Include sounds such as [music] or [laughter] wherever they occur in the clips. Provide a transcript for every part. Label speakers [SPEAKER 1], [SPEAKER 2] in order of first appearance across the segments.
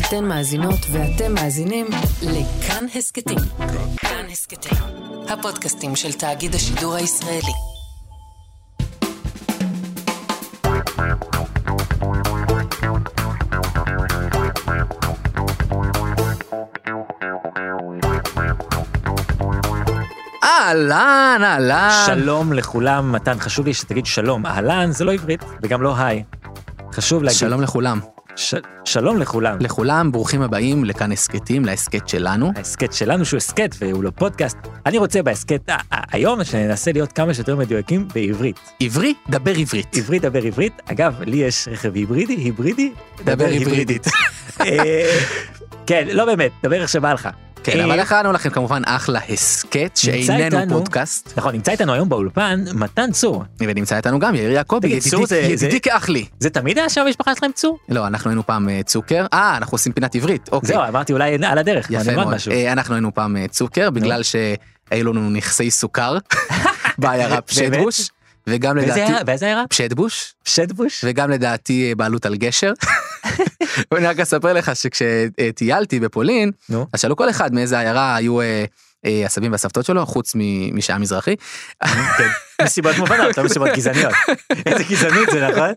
[SPEAKER 1] אתן מאזינות ואתם מאזינים לכאן הסכתים. כאן הסכתים, הפודקאסטים של תאגיד השידור הישראלי.
[SPEAKER 2] אהלן, אהלן.
[SPEAKER 3] שלום לכולם, מתן, חשוב לי שתגיד שלום. אהלן זה לא עברית, וגם לא היי. חשוב להגיד...
[SPEAKER 2] שלום לכולם.
[SPEAKER 3] ש... שלום לכולם.
[SPEAKER 2] לכולם, ברוכים הבאים לכאן הסכתים, להסכת שלנו.
[SPEAKER 3] ההסכת שלנו שהוא הסכת והוא לא פודקאסט. אני רוצה בהסכת ה- ה- היום שננסה להיות כמה שיותר מדויקים בעברית.
[SPEAKER 2] עברי, דבר עברית.
[SPEAKER 3] עברית, דבר עברית. אגב, לי יש רכב היברידי, היברידי,
[SPEAKER 2] דבר היברידית.
[SPEAKER 3] אה, כן, לא באמת, דבר איך שבא לך.
[SPEAKER 2] כן,
[SPEAKER 3] אה,
[SPEAKER 2] אבל הכנו לכם כמובן אחלה הסכת, שאיננו
[SPEAKER 3] איתנו-
[SPEAKER 2] פודקאסט.
[SPEAKER 3] נכון, נמצא איתנו היום באולפן מתן צור.
[SPEAKER 2] ונמצא איתנו גם יאיר יעקבי,
[SPEAKER 3] תגיד, צור זה-
[SPEAKER 2] ידידי ידידי
[SPEAKER 3] זה-
[SPEAKER 2] כאח לי.
[SPEAKER 3] זה תמיד היה שם המשפחה שלכם צור?
[SPEAKER 2] לא, אנחנו היינו פעם אה, צוקר. אה, אנחנו עושים פינת עברית, אוקיי.
[SPEAKER 3] זהו, אמרתי אולי על הדרך, כבר
[SPEAKER 2] יפה
[SPEAKER 3] נלמד
[SPEAKER 2] מאוד.
[SPEAKER 3] משהו.
[SPEAKER 2] אה, אנחנו היינו פעם אה, צוקר, בגלל שהיו לנו נכסי
[SPEAKER 3] [laughs]
[SPEAKER 2] סוכר בעיירה פשטבוש, וגם
[SPEAKER 3] באיזה
[SPEAKER 2] לדעתי...
[SPEAKER 3] עיירה- באיזה עיירה?
[SPEAKER 2] פשטבוש?
[SPEAKER 3] שדבוש?
[SPEAKER 2] וגם לדעתי אה, בעלות על גשר. [laughs] ואני רק אספר לך שכשטיילתי בפולין,
[SPEAKER 3] נו.
[SPEAKER 2] אז שאלו כל אחד מאיזה עיירה היו אה, אה, הסבים והסבתות שלו, חוץ מ- מי שהיה מזרחי.
[SPEAKER 3] כן, מסיבות מובנות, לא מסיבות גזעניות. [laughs] איזה גזענות זה, נכון?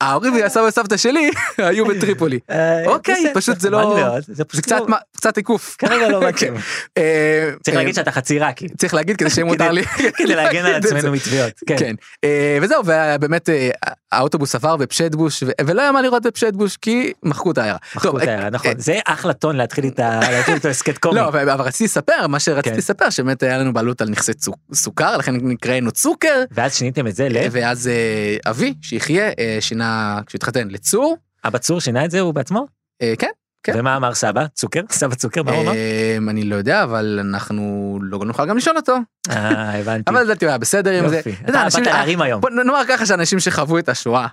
[SPEAKER 2] ההורים והסבא וסבתא שלי [laughs] היו בטריפולי.
[SPEAKER 3] אה,
[SPEAKER 2] אוקיי,
[SPEAKER 3] בסדר,
[SPEAKER 2] פשוט זה לא-
[SPEAKER 3] נחמד מאוד, זה
[SPEAKER 2] זה
[SPEAKER 3] פשוט
[SPEAKER 2] קצת
[SPEAKER 3] לא-
[SPEAKER 2] מה- אוקיי. קצת עיקוף.
[SPEAKER 3] כרגע
[SPEAKER 2] [laughs]
[SPEAKER 3] לא מתאים.
[SPEAKER 2] אה,
[SPEAKER 3] צריך
[SPEAKER 2] אה,
[SPEAKER 3] להגיד שאתה חצי עיראקי,
[SPEAKER 2] צריך להגיד כדי שיהיה מותר לי.
[SPEAKER 3] [laughs] כדי להגן על
[SPEAKER 2] להגיד את [laughs] זה.
[SPEAKER 3] עצמנו מתביעות. כן.
[SPEAKER 2] כן. אה, וזהו, ובאמת אה, האוטובוס עבר בפשטבוש, ו- ולא היה מה לראות בפשטבוש כי מחקו את העיירה.
[SPEAKER 3] מחקו
[SPEAKER 2] טוב, אה,
[SPEAKER 3] את העיירה, נכון. זה אחלה טון להתחיל את ה- להתחיל את ההסכת קומי.
[SPEAKER 2] לא, אבל אבל רציתי לספר, מה שרציתי
[SPEAKER 3] כן.
[SPEAKER 2] לספר, שבאמת היה לנו בעלות על נכסי צוק- סוכר, לכן נקראנו צוקר,
[SPEAKER 3] ואז שיניתם את זה ל...
[SPEAKER 2] ואז אה, אבי, שיחיה, אה, שינה, כשהתחתן, לצור,
[SPEAKER 3] אבא צור שינה את זה הוא בעצמו?
[SPEAKER 2] אה, כן, כן.
[SPEAKER 3] ומה אמר סבא? צוקר? סבא צוקר, מה הוא אמר?
[SPEAKER 2] אה, אני לא יודע, אבל אנחנו לא נוכל גם לשאול אותו,
[SPEAKER 3] אה, הבנתי.
[SPEAKER 2] אבל לדעתי הוא היה בסדר עם זה.
[SPEAKER 3] יופי.
[SPEAKER 2] אתה יודע,
[SPEAKER 3] אתה
[SPEAKER 2] אנשים- אה,
[SPEAKER 3] באת להרים היום.
[SPEAKER 2] בוא נאמר ככה שאנשים שחוו את השואה,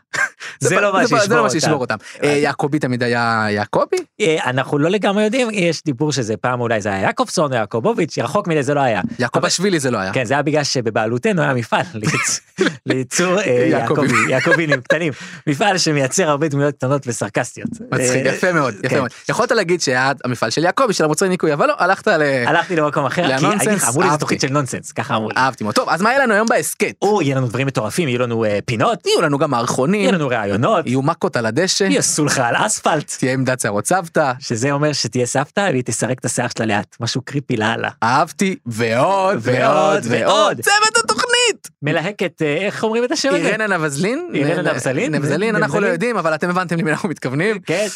[SPEAKER 3] זה לא מה
[SPEAKER 2] זה לא מה
[SPEAKER 3] שישבור
[SPEAKER 2] שישבור
[SPEAKER 3] אותם.
[SPEAKER 2] אותם. אה, יעקבי תמיד היה יעקבי?
[SPEAKER 3] אה, אנחנו לא לגמרי יודעים, יש דיבור שזה פעם אולי זה היה יעקובסון או יעקובוביץ', רחוק מזה זה לא היה.
[SPEAKER 2] יעקובשווילי זה לא היה.
[SPEAKER 3] כן, זה היה בגלל שבבעלותנו היה
[SPEAKER 2] [laughs]
[SPEAKER 3] מפעל לייצ- לייצור אה,
[SPEAKER 2] יעקובים.
[SPEAKER 3] יעקובי- יעקובינים קטנים. מפעל שמייצר הרבה דמויות קטנות וסרקסטיות.
[SPEAKER 2] מצחיק,
[SPEAKER 3] אה,
[SPEAKER 2] יפה מאוד, יפה
[SPEAKER 3] כן.
[SPEAKER 2] מאוד. יכולת להגיד שהיה המפעל של יעקבי, של המוצרי ניקוי, אבל לא, הלכת ל...
[SPEAKER 3] הלכתי למקום אחר, כי
[SPEAKER 2] לנונסנס,
[SPEAKER 3] אני- אמרו לי
[SPEAKER 2] אהבתי.
[SPEAKER 3] זו
[SPEAKER 2] אה.
[SPEAKER 3] תוכנית של נונסנס, ככה אמרו לי.
[SPEAKER 2] אהבתי מאוד. טוב, אז מה היה לנו היום בהסכת?
[SPEAKER 3] או, יהיה לנו דברים מטורפים, יהיו לנו אה, פינות,
[SPEAKER 2] יהיו לנו גם
[SPEAKER 3] יהיו
[SPEAKER 2] מערכונים,
[SPEAKER 3] לנו ראיונות,
[SPEAKER 2] יהיו מכות על הדשא,
[SPEAKER 3] יעשו לך על אספלט.
[SPEAKER 2] תהיה עמדת שערות סבתא,
[SPEAKER 3] שזה אומר שתהיה סבתא והיא תסרק את השיער שלה לאט, משהו קריפי לאללה.
[SPEAKER 2] אהבתי, ועוד ועוד ועוד.
[SPEAKER 3] ועוד.
[SPEAKER 2] צוות התוכנית!
[SPEAKER 3] מלהקת, אה, איך אומרים את השם הזה?
[SPEAKER 2] אירנה נבזלין?
[SPEAKER 3] אירנה
[SPEAKER 2] נ-
[SPEAKER 3] נבזלין?
[SPEAKER 2] נבזלין, אנחנו לא
[SPEAKER 3] נבזלין?
[SPEAKER 2] יודעים, אבל אתם הבנתם למי אנחנו מתכוונים.
[SPEAKER 3] כן.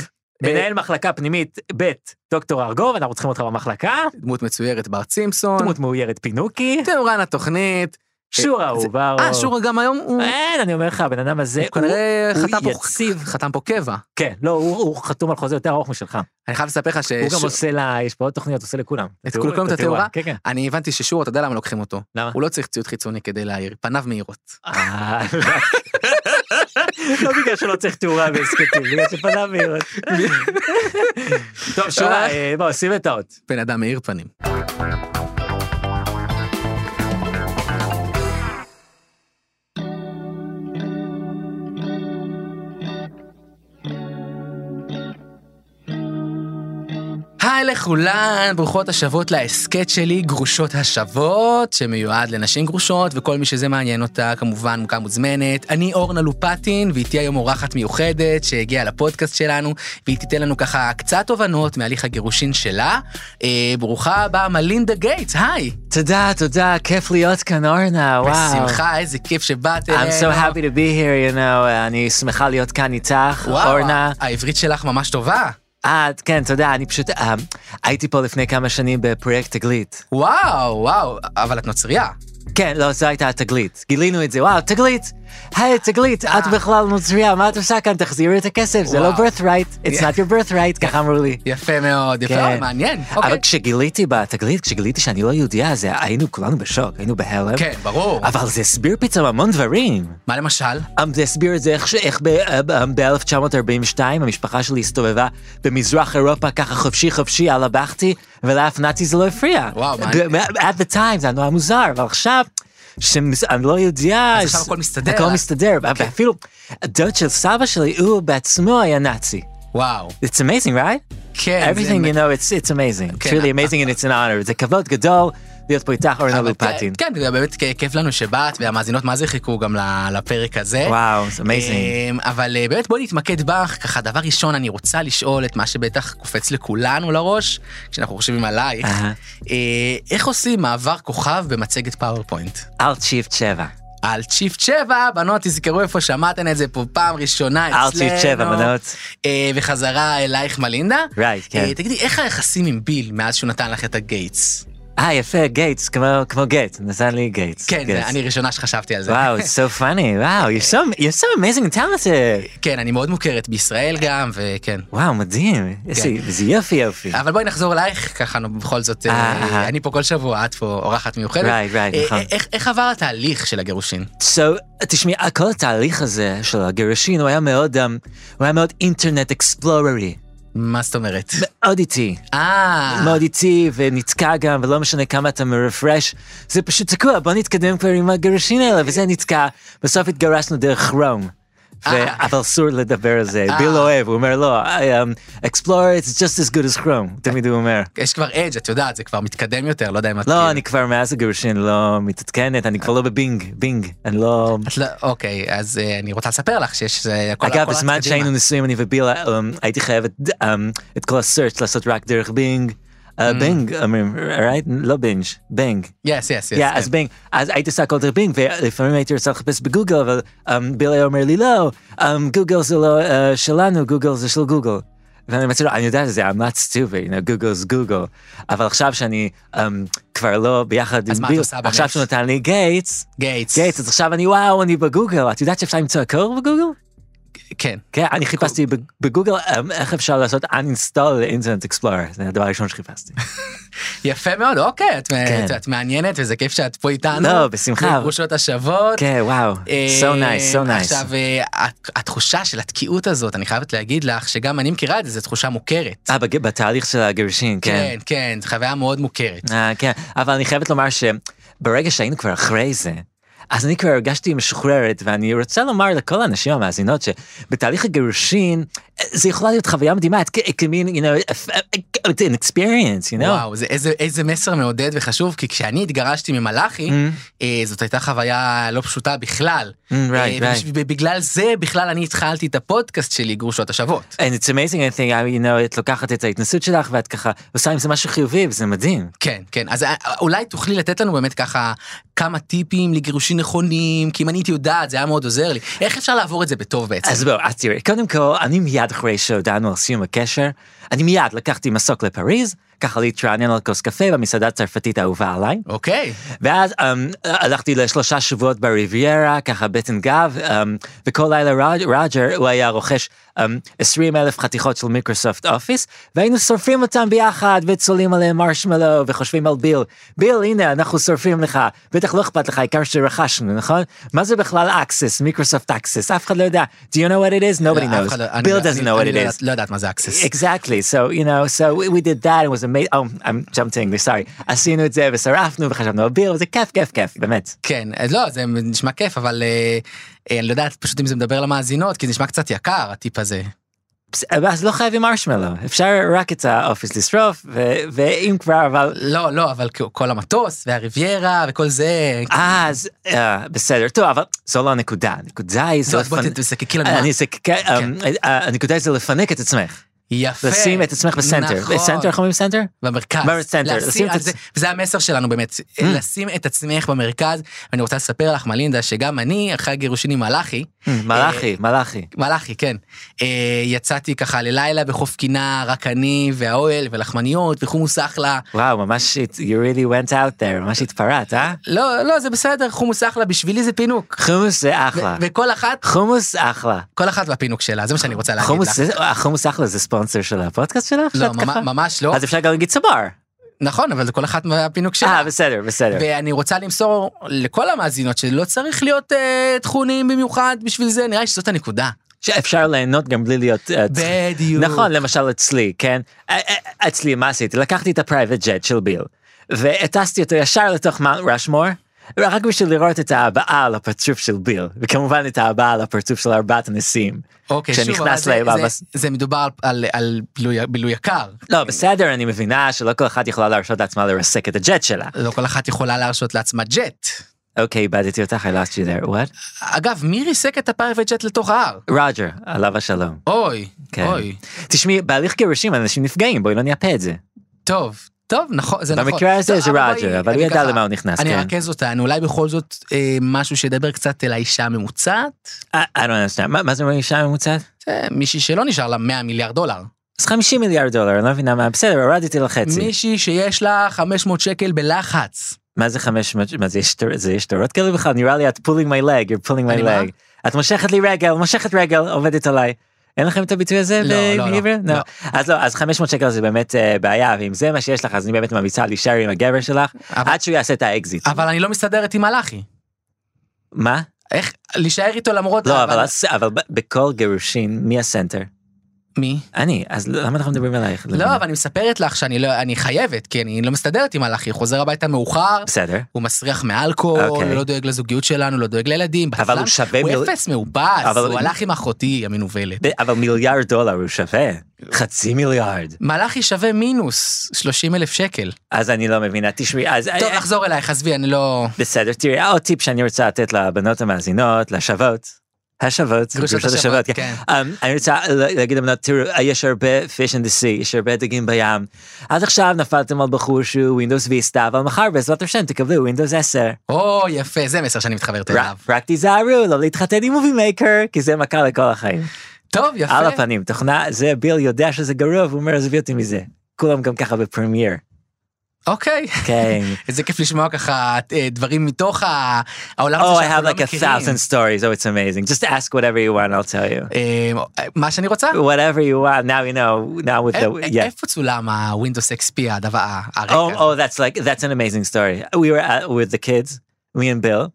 [SPEAKER 2] אה,
[SPEAKER 3] מנהל מחלקה פנימית ב', דוקטור ארגוב, אנחנו צריכים אותך במחלקה.
[SPEAKER 2] דמות מצוירת בר צימפסון,
[SPEAKER 3] דמות מאוירת פינוקי.
[SPEAKER 2] תאורן התוכנית.
[SPEAKER 3] שורה
[SPEAKER 2] זה-
[SPEAKER 3] הוא ברור.
[SPEAKER 2] אה, שורה גם היום הוא
[SPEAKER 3] אין, אני אומר לך, הבן אדם הזה,
[SPEAKER 2] הוא כנראה
[SPEAKER 3] אה, הוא
[SPEAKER 2] חתם פה-
[SPEAKER 3] יציב.
[SPEAKER 2] חתם פה קבע.
[SPEAKER 3] כן, לא, הוא הוא חתום על חוזה יותר ארוך משלך.
[SPEAKER 2] אני חייב לספר לך ש...
[SPEAKER 3] הוא גם
[SPEAKER 2] ש-
[SPEAKER 3] עושה לה, יש פה עוד תוכניות, עושה לכולם. התיאור-
[SPEAKER 2] כולם את
[SPEAKER 3] התיאורה.
[SPEAKER 2] התיאורה?
[SPEAKER 3] כן, כן.
[SPEAKER 2] אני הבנתי ששורה, אתה יודע למה לוקחים אותו.
[SPEAKER 3] למה?
[SPEAKER 2] הוא לא צריך ציוד חיצוני כדי להעיר, פניו מהירות.
[SPEAKER 3] אה, [laughs] לא בגלל שלא צריך תאורה והסכתים, בגלל שפניו [laughs] מהירות. טוב, שורה, אה, בוא, שים את האות.
[SPEAKER 2] בן אדם מאיר פנים. היי לכולן, ברוכות השבות להסכת שלי, גרושות השבות, שמיועד לנשים גרושות, וכל מי שזה מעניין אותה, כמובן, מוכר מוזמנת. אני אורנה לופטין, ואיתי היום אורחת מיוחדת שהגיעה לפודקאסט שלנו, והיא תיתן לנו ככה קצת תובנות מהליך הגירושין שלה. אה, ברוכה הבאה, מלינדה גייטס, היי.
[SPEAKER 3] תודה, תודה, כיף להיות כאן, אורנה, וואו.
[SPEAKER 2] בשמחה, איזה כיף שבאת
[SPEAKER 3] I'm so happy to be here, you know, אני שמחה להיות כאן איתך,
[SPEAKER 2] וואו,
[SPEAKER 3] אורנה.
[SPEAKER 2] העברית שלך ממש טובה.
[SPEAKER 3] אה, כן, תודה, אני פשוט אה, הייתי פה לפני כמה שנים בפרויקט תגלית.
[SPEAKER 2] וואו, וואו, אבל את נוצרייה.
[SPEAKER 3] כן, לא, זו הייתה התגלית. גילינו את זה, וואו, תגלית! היי, תגלית, את בכלל נוצריה, מה את עושה כאן? תחזירי את הכסף, זה לא
[SPEAKER 2] אה. וואו.
[SPEAKER 3] birthright, it's not your birthright, ככה אמרו לי.
[SPEAKER 2] יפה מאוד, יפה
[SPEAKER 3] כן.
[SPEAKER 2] מאוד, לא, מעניין.
[SPEAKER 3] אבל
[SPEAKER 2] אוקיי.
[SPEAKER 3] כשגיליתי בתגלית, כשגיליתי שאני לא יהודייה, אז היינו כולנו בשוק, היינו בהלם.
[SPEAKER 2] כן, ברור.
[SPEAKER 3] אבל זה הסביר פתאום המון דברים.
[SPEAKER 2] מה למשל?
[SPEAKER 3] אמ, זה הסביר את זה איך, ש- איך אה, אמ, ב-1942 המשפחה שלי הסתובבה במזרח אירופה ככה חופשי חופשי על הבכתי, ולאף נאצי זה לא הפריע.
[SPEAKER 2] וואו, מה-
[SPEAKER 3] ב- at the time זה היה נורא מוזר, אבל עכשיו... שאני לא יודע,
[SPEAKER 2] אז עכשיו הכל מסתדר. אוקיי.
[SPEAKER 3] הכל מסתדר, ואפילו הדוד של סבא שלי, הוא בעצמו היה נאצי.
[SPEAKER 2] וואו.
[SPEAKER 3] It's amazing, right?
[SPEAKER 2] כן. זה-
[SPEAKER 3] Everything you know, it's, it's amazing. It's
[SPEAKER 2] כן,
[SPEAKER 3] really
[SPEAKER 2] אה,
[SPEAKER 3] amazing and it's an honor. זה כבוד גדול להיות פה איתך, אורנה
[SPEAKER 2] אבל
[SPEAKER 3] לופטין.
[SPEAKER 2] כן, זה באמת כ- כיף לנו שבאת, והמאזינות מה זה חיכו גם ל- לפרק הזה.
[SPEAKER 3] וואו, זה amazing.
[SPEAKER 2] אמ, אבל אה, באמת בואי נתמקד בך, ככה דבר ראשון אני רוצה לשאול את מה שבטח קופץ לכולנו לראש, כשאנחנו חושבים עלייך,
[SPEAKER 3] אהה.
[SPEAKER 2] אה, איך עושים מעבר כוכב במצגת פאורפוינט?
[SPEAKER 3] אלט שיפט 7.
[SPEAKER 2] על צ'יפט 7, בנות תזכרו איפה שמעתן את זה פה פעם ראשונה אצלנו.
[SPEAKER 3] אלט שיפט 7, בנות.
[SPEAKER 2] אה, וחזרה אלייך מלינדה.
[SPEAKER 3] Right, כן.
[SPEAKER 2] אה, תגידי, איך היחסים עם ביל מאז שהוא נתן לך את הגייטס?
[SPEAKER 3] אה, יפה, גייטס, כמו- כמו גייט, נתן לי גייטס.
[SPEAKER 2] כן,
[SPEAKER 3] גייטס.
[SPEAKER 2] זה- אני ראשונה שחשבתי על זה.
[SPEAKER 3] וואו, it's so funny, וואו, you're so, you're so amazing and talented.
[SPEAKER 2] כן, אני מאוד מוכרת בישראל גם, וכן.
[SPEAKER 3] וואו, מדהים, איזה
[SPEAKER 2] כן.
[SPEAKER 3] איזה יופי יופי.
[SPEAKER 2] אבל בואי נחזור אלייך, ככה נו, בכל זאת,
[SPEAKER 3] אה,
[SPEAKER 2] אה,
[SPEAKER 3] אה.
[SPEAKER 2] אני פה כל שבוע, את פה אורחת מיוחדת.
[SPEAKER 3] Right, right,
[SPEAKER 2] אה,
[SPEAKER 3] נכון.
[SPEAKER 2] אה, איך- איך עבר התהליך של הגירושין?
[SPEAKER 3] So, תשמעי, כל התהליך הזה של הגירושין, הוא היה מאוד, um, הוא היה מאוד אינטרנט אקספלוררי.
[SPEAKER 2] מה זאת אומרת?
[SPEAKER 3] מאוד איטי,
[SPEAKER 2] אה,
[SPEAKER 3] מאוד איטי ונתקע גם, ולא משנה כמה אתה מרפרש, זה פשוט תקוע, בוא נתקדם כבר עם הגירושין האלה, וזה נתקע. בסוף התגרשנו דרך כרום.
[SPEAKER 2] אה.
[SPEAKER 3] ו- אבל אסור לדבר על זה,
[SPEAKER 2] אה.
[SPEAKER 3] ביל אוהב, הוא אומר לא, I, um, Explorer it's just as good as Chrome, תמיד הוא אומר.
[SPEAKER 2] יש כבר אדג', את יודעת, זה כבר מתקדם יותר, לא יודע אם את...
[SPEAKER 3] לא,
[SPEAKER 2] כאילו-
[SPEAKER 3] אני כבר מאז הגירושין לא מתעדכנת, אני כבר לא בבינג, בינג, אני לא...
[SPEAKER 2] את לא, אוקיי, אז אה, אני רוצה לספר לך שיש... אה, הכל-
[SPEAKER 3] אגב,
[SPEAKER 2] הכל רץ
[SPEAKER 3] בזמן
[SPEAKER 2] קדימה.
[SPEAKER 3] שהיינו נשואים, אני וביל, אה, אמ, הייתי חייב את, אמ, את כל הסרט לעשות רק דרך בינג. אה,
[SPEAKER 2] Mm.
[SPEAKER 3] בינג, אומרים, right? לא בינג', בינג.
[SPEAKER 2] יס, יס, יס.
[SPEAKER 3] Yeah, אז בינג, אז הייתי עושה הכל דרך בינג, ולפעמים הייתי רוצה לחפש בגוגל, אבל אמ, ביל היה אומר לי, לא, אמ, גוגל זה לא אה, שלנו, גוגל זה של גוגל. ואני אומר לו, אני יודע שזה, I'm not stupid, you know, גוגל זה גוגל. אבל עכשיו שאני אמ, כבר לא ביחד
[SPEAKER 2] אז
[SPEAKER 3] עם
[SPEAKER 2] מה את
[SPEAKER 3] ביל,
[SPEAKER 2] עושה באמת?
[SPEAKER 3] עכשיו שהוא נתן לי גייטס,
[SPEAKER 2] גייטס.
[SPEAKER 3] גייטס, אז עכשיו אני, וואו, אני בגוגל, את יודעת שאפשר למצוא הכל בגוגל?
[SPEAKER 2] כן.
[SPEAKER 3] כן, אני חיפשתי בג- בגוגל אמ, איך אפשר לעשות uninstall לאינטרנט אקספלורר, זה הדבר הראשון
[SPEAKER 2] [laughs]
[SPEAKER 3] שחיפשתי.
[SPEAKER 2] יפה מאוד, אוקיי, את,
[SPEAKER 3] כן.
[SPEAKER 2] את, את מעניינת וזה כיף שאת פה איתנו.
[SPEAKER 3] לא, בשמחה.
[SPEAKER 2] בגרושות השוות.
[SPEAKER 3] כן, וואו, so nice, so nice.
[SPEAKER 2] עכשיו, אה, הת- התחושה של התקיעות הזאת, אני חייבת להגיד לך שגם אני מכירה את זה, זו תחושה מוכרת.
[SPEAKER 3] אה, בג- בתהליך של הגירושין, כן.
[SPEAKER 2] כן, כן, זו חוויה מאוד מוכרת.
[SPEAKER 3] אה, כן, אבל אני חייבת לומר שברגע שהיינו כבר אחרי זה, אז אני כבר הרגשתי משוחררת, ואני רוצה לומר לכל הנשים המאזינות שבתהליך הגירושין, אה, זה יכולה להיות חוויה מדהימה, it's ca- it can mean, you know, a- a- it's an experience, you know?
[SPEAKER 2] וואו, זה, איזה, איזה מסר מעודד וחשוב, כי כשאני התגרשתי ממלאכי, אה, זאת הייתה חוויה לא פשוטה בכלל.
[SPEAKER 3] Mm, right,
[SPEAKER 2] אה,
[SPEAKER 3] right.
[SPEAKER 2] ובגלל זה בכלל אני התחלתי את הפודקאסט שלי, גרושות השוות.
[SPEAKER 3] And it's amazing, I think, I- you know, את לוקחת את ההתנסות שלך ואת ככה עושה עם זה משהו חיובי וזה מדהים.
[SPEAKER 2] כן, כן, אז אה, אולי תוכלי לתת לנו באמת ככה כמה טיפים לגירושים נכונים, כי אם אני הייתי יודעת זה היה מאוד עוזר לי. איך אפשר לעבור את זה בטוב בעצם?
[SPEAKER 3] אז בואו, אז תראי, קודם כל, אני מיד אחרי שהודענו על סיום הקשר, אני מיד לקחתי מסוק לפריז, ככה להתרענן על כוס קפה במסעדה הצרפתית האהובה עליי,
[SPEAKER 2] אוקיי,
[SPEAKER 3] ואז אמ, הלכתי לשלושה שבועות בריביירה, ככה בטן גב, אמ, וכל לילה רג- רוג'ר, הוא היה רוכש אמ, 20 אלף חתיכות של מיקרוסופט אופיס, והיינו שורפים אותם ביחד, וצולעים עליהם מרשמלו, וחושבים על ביל. ביל, הנה, אנחנו שורפים לך, בטח לא אכפת לך, העיקר שרכשנו, נכון? מה זה בכלל access, מיקרוסופט access, אף אחד לא יודע. Do you know what it is? Nobody
[SPEAKER 2] לא, אף
[SPEAKER 3] knows.
[SPEAKER 2] אחד לא- אני
[SPEAKER 3] Bill
[SPEAKER 2] לא-
[SPEAKER 3] doesn't
[SPEAKER 2] אני-
[SPEAKER 3] know what
[SPEAKER 2] אני
[SPEAKER 3] it
[SPEAKER 2] לא
[SPEAKER 3] is.
[SPEAKER 2] יודעת- לא יודעת מה זה access.
[SPEAKER 3] Exactly. So, you know, so we, we did that, it was amazing. Oh, I'm jumping English, sorry. עשינו את זה ושרפנו וחשבנו על ביל, וזה כיף, כיף, כיף, באמת.
[SPEAKER 2] כן, אז לא, זה נשמע כיף, אבל אה, אה, אני לא יודעת פשוט אם זה מדבר למאזינות, כי זה נשמע קצת יקר, הטיפ הזה.
[SPEAKER 3] בס- אז לא חייבים מרשמלו, אפשר רק את האופיס לשרוף, ו- ואם כבר, אבל...
[SPEAKER 2] לא, לא, אבל כ- כל המטוס והריביירה וכל זה.
[SPEAKER 3] אז אה, בסדר, טוב, אבל זו לא הנקודה, הנקודה היא זו...
[SPEAKER 2] זאת, בואי
[SPEAKER 3] לפנ-
[SPEAKER 2] תזקקי לנו. מה.
[SPEAKER 3] אני זה, כן, אה, אה, הנקודה היא זה לפנק את עצמך,
[SPEAKER 2] יפה.
[SPEAKER 3] לשים את עצמך בסנטר,
[SPEAKER 2] נכון.
[SPEAKER 3] בסנטר, איך אומרים סנטר?
[SPEAKER 2] במרכז.
[SPEAKER 3] בסנטר,
[SPEAKER 2] לשים
[SPEAKER 3] לשים את Hmm.
[SPEAKER 2] על זה-
[SPEAKER 3] עצ-
[SPEAKER 2] וזה המסר שלנו באמת, לשים את עצמך במרכז. אני רוצה לספר לך, מלינדה, שגם אני, אחרי הגירושין עם מלאכי,
[SPEAKER 3] Hmm, מלאכי, מלאכי.
[SPEAKER 2] מלאכי, כן, אה, יצאתי ככה ללילה בחוף קינה, רק אני והאוהל ולחמניות וחומוס אחלה.
[SPEAKER 3] וואו, ממש, it- you really went out there, ממש התפרעת, אה?
[SPEAKER 2] לא, לא, זה בסדר, חומוס אחלה, בשבילי זה פינוק.
[SPEAKER 3] חומוס זה
[SPEAKER 2] ו-
[SPEAKER 3] אחלה.
[SPEAKER 2] וכל אחת,
[SPEAKER 3] חומוס אחלה.
[SPEAKER 2] כל אחת והפינוק שלה, זה מה שאני רוצה להגיד לך.
[SPEAKER 3] חומוס, זה- אה, חומוס אחלה זה ספונסר של הפודקאסט שלך?
[SPEAKER 2] לא,
[SPEAKER 3] שאת ככה?
[SPEAKER 2] ממ- ממש לא.
[SPEAKER 3] אז אפשר גם להגיד סבר.
[SPEAKER 2] נכון, אבל זה כל אחת והפינוק שלה.
[SPEAKER 3] אה, בסדר, בסדר.
[SPEAKER 2] ואני רוצה למסור לכל המאזינות שלא צריך להיות אה, תכונים במיוחד בשביל זה, נראה לי שזאת הנקודה.
[SPEAKER 3] שאפשר ליהנות גם בלי להיות... אה, צ-
[SPEAKER 2] בדיוק.
[SPEAKER 3] נכון, למשל אצלי, כן? אה, אה, אצלי, מה עשיתי? לקחתי את הפרייבט ג'ט של ביל, והטסתי אותו ישר לתוך מאונט רשמור. רק בשביל לראות את ההבעה על הפרצוף של ביל, וכמובן את ההבעה על הפרצוף של ארבעת הנשיאים.
[SPEAKER 2] אוקיי, שוב, אבל
[SPEAKER 3] כשנכנס
[SPEAKER 2] זה,
[SPEAKER 3] להם
[SPEAKER 2] זה,
[SPEAKER 3] אבא-
[SPEAKER 2] זה, זה מדובר על, על, על בילוי, בילוי יקר.
[SPEAKER 3] לא, בסדר, אני מבינה שלא כל אחת יכולה להרשות לעצמה לרסק את הג'ט שלה.
[SPEAKER 2] לא כל אחת יכולה להרשות לעצמה ג'ט.
[SPEAKER 3] אוקיי, איבדתי אותך, I lost you there. what?
[SPEAKER 2] אגב, מי ריסק את הפרווט ג'ט לתוך ההר?
[SPEAKER 3] רוג'ר, עליו השלום.
[SPEAKER 2] אוי,
[SPEAKER 3] כן.
[SPEAKER 2] אוי.
[SPEAKER 3] תשמעי, בהליך גירושים אנשים נפגעים, בואי לא נייפה את זה.
[SPEAKER 2] טוב, טוב, נכון, זה נכון.
[SPEAKER 3] במקרה הזה
[SPEAKER 2] טוב,
[SPEAKER 3] זה
[SPEAKER 2] אבל
[SPEAKER 3] רוג'ר,
[SPEAKER 2] בואי,
[SPEAKER 3] אבל
[SPEAKER 2] אני
[SPEAKER 3] הוא ידע
[SPEAKER 2] ככה-
[SPEAKER 3] למה הוא נכנס,
[SPEAKER 2] אני
[SPEAKER 3] כן.
[SPEAKER 2] ארכז אותנו, אולי בכל זאת אה, משהו שידבר קצת אל האישה הממוצעת?
[SPEAKER 3] I I don't understand, מה- מה זה אומר אישה ממוצעת?
[SPEAKER 2] זה מישהי שלא נשאר לה 100 מיליארד דולר.
[SPEAKER 3] אז 50 מיליארד דולר, אני לא מבינה מה, בסדר, הורדתי לחצי.
[SPEAKER 2] מישהי שיש לה 500 שקל בלחץ.
[SPEAKER 3] מה זה 500, מה זה, יש תור- זה יש תורות כאלה בכלל? נראה לי את pulling my leg, you're pulling
[SPEAKER 2] אני
[SPEAKER 3] my
[SPEAKER 2] מה?
[SPEAKER 3] leg. את מושכת לי רגל, מושכת רגל, עובדת עליי. אין לכם את הביטוי הזה
[SPEAKER 2] לא, לא, לא.
[SPEAKER 3] בעברית?
[SPEAKER 2] לא.
[SPEAKER 3] אז לא, אז 500 שקל זה באמת אה, בעיה, ואם זה מה שיש לך, אז אני באמת ממליצה להישאר עם הגבר שלך,
[SPEAKER 2] אבל-
[SPEAKER 3] עד שהוא יעשה את האקזיט.
[SPEAKER 2] אבל אני לא מסתדרת עם מלאכי.
[SPEAKER 3] מה?
[SPEAKER 2] איך להישאר איתו למרות...
[SPEAKER 3] לא, אבל אז- אבל ב- בכל גירושין, מי הסנטר?
[SPEAKER 2] מי?
[SPEAKER 3] אני, אז למה אנחנו מדברים עלייך?
[SPEAKER 2] לא, אבל אני מספרת לך שאני לא, אני חייבת, כי אני לא מסתדרת עם מלאכי, הוא חוזר הביתה מאוחר,
[SPEAKER 3] בסדר.
[SPEAKER 2] הוא מסריח מאלכוהול,
[SPEAKER 3] אוקיי.
[SPEAKER 2] לא דואג לזוגיות שלנו, לא דואג לילדים,
[SPEAKER 3] אבל
[SPEAKER 2] בהתחלה-
[SPEAKER 3] הוא שווה
[SPEAKER 2] הוא
[SPEAKER 3] מיל-
[SPEAKER 2] אפס מאופס,
[SPEAKER 3] אבל-
[SPEAKER 2] הוא הלך עם אחותי המנוולת.
[SPEAKER 3] ב- אבל מיליארד דולר הוא שווה, חצי מיליארד.
[SPEAKER 2] מלאכי שווה מינוס 30 אלף שקל.
[SPEAKER 3] אז אני לא מבינה, תשמעי, אז... אה,
[SPEAKER 2] טוב, נחזור אלייך, עזבי, אני לא...
[SPEAKER 3] בסדר, תראי, עוד טיפ שאני רוצה לתת לבנות המאזינות, לשוות. השוות,
[SPEAKER 2] גרושות השוות, כן.
[SPEAKER 3] Um, אני רוצה ל- להגיד לבנות, תראו, אה, יש הרבה fish in the sea, יש הרבה דגים בים. עד עכשיו נפלתם על בחור שהוא Windows Vista, אבל מחר בעזרת השם תקבלו Windows 10.
[SPEAKER 2] או, יפה, זה מסר שאני מתחברת אליו.
[SPEAKER 3] רק, רק תיזהרו, לא להתחתן עם מובי מייקר, כי זה מכה לכל החיים.
[SPEAKER 2] טוב, יפה.
[SPEAKER 3] על הפנים, תוכנה, זה ביל יודע שזה גרוע, והוא אומר, עזבי אותי מזה. כולם גם ככה בפרמייר.
[SPEAKER 2] אוקיי. [laughs]
[SPEAKER 3] כן. Oh,
[SPEAKER 2] איזה כיף לשמוע ככה אה, דברים מתוך ה- העולם
[SPEAKER 3] Oh,
[SPEAKER 2] הזה
[SPEAKER 3] I have
[SPEAKER 2] שאנחנו לא
[SPEAKER 3] like a
[SPEAKER 2] מכירים.
[SPEAKER 3] thousand stories. Oh, it's amazing. Just ask whatever you want, I'll tell you.
[SPEAKER 2] אה, מה שאני רוצה?
[SPEAKER 3] Whatever you want. Now you know. Now with
[SPEAKER 2] אה,
[SPEAKER 3] the
[SPEAKER 2] אה,
[SPEAKER 3] Oh, yeah.
[SPEAKER 2] איפה צולם הווינדוס XP הדבר הרקע?
[SPEAKER 3] Oh, oh, that's like that's an amazing story. We were at, with the kids, me and Bill,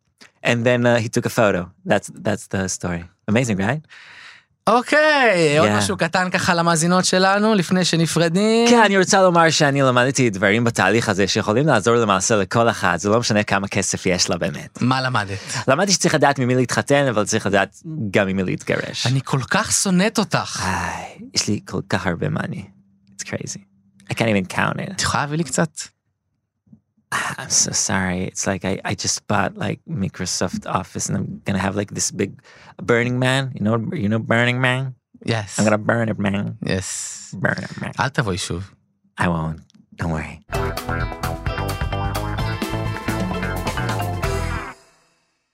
[SPEAKER 3] and then uh, he took a photo. That's that's the story. Amazing, right?
[SPEAKER 2] אוקיי, עוד
[SPEAKER 3] Yeah.
[SPEAKER 2] משהו קטן ככה למאזינות שלנו לפני שנפרדים.
[SPEAKER 3] כן, אני רוצה לומר שאני למדתי דברים בתהליך הזה שיכולים לעזור למעשה לכל אחת, זה לא משנה כמה כסף יש לה באמת.
[SPEAKER 2] מה למדת?
[SPEAKER 3] למדתי שצריך לדעת ממי להתחתן, אבל צריך לדעת גם ממי להתגרש.
[SPEAKER 2] אני כל כך שונאת אותך.
[SPEAKER 3] איי, יש לי כל כך הרבה money. It's crazy. I can't even count it.
[SPEAKER 2] את יכולה להביא לי קצת?
[SPEAKER 3] I'm so sorry. It's like I, I just bought like Microsoft Office and I'm gonna have like this big Burning Man. You know you know Burning Man?
[SPEAKER 2] יס.
[SPEAKER 3] I'm gonna burn it, man.
[SPEAKER 2] יס.
[SPEAKER 3] Burn it, man.
[SPEAKER 2] אל תבואי שוב.
[SPEAKER 3] I won't. Don't worry.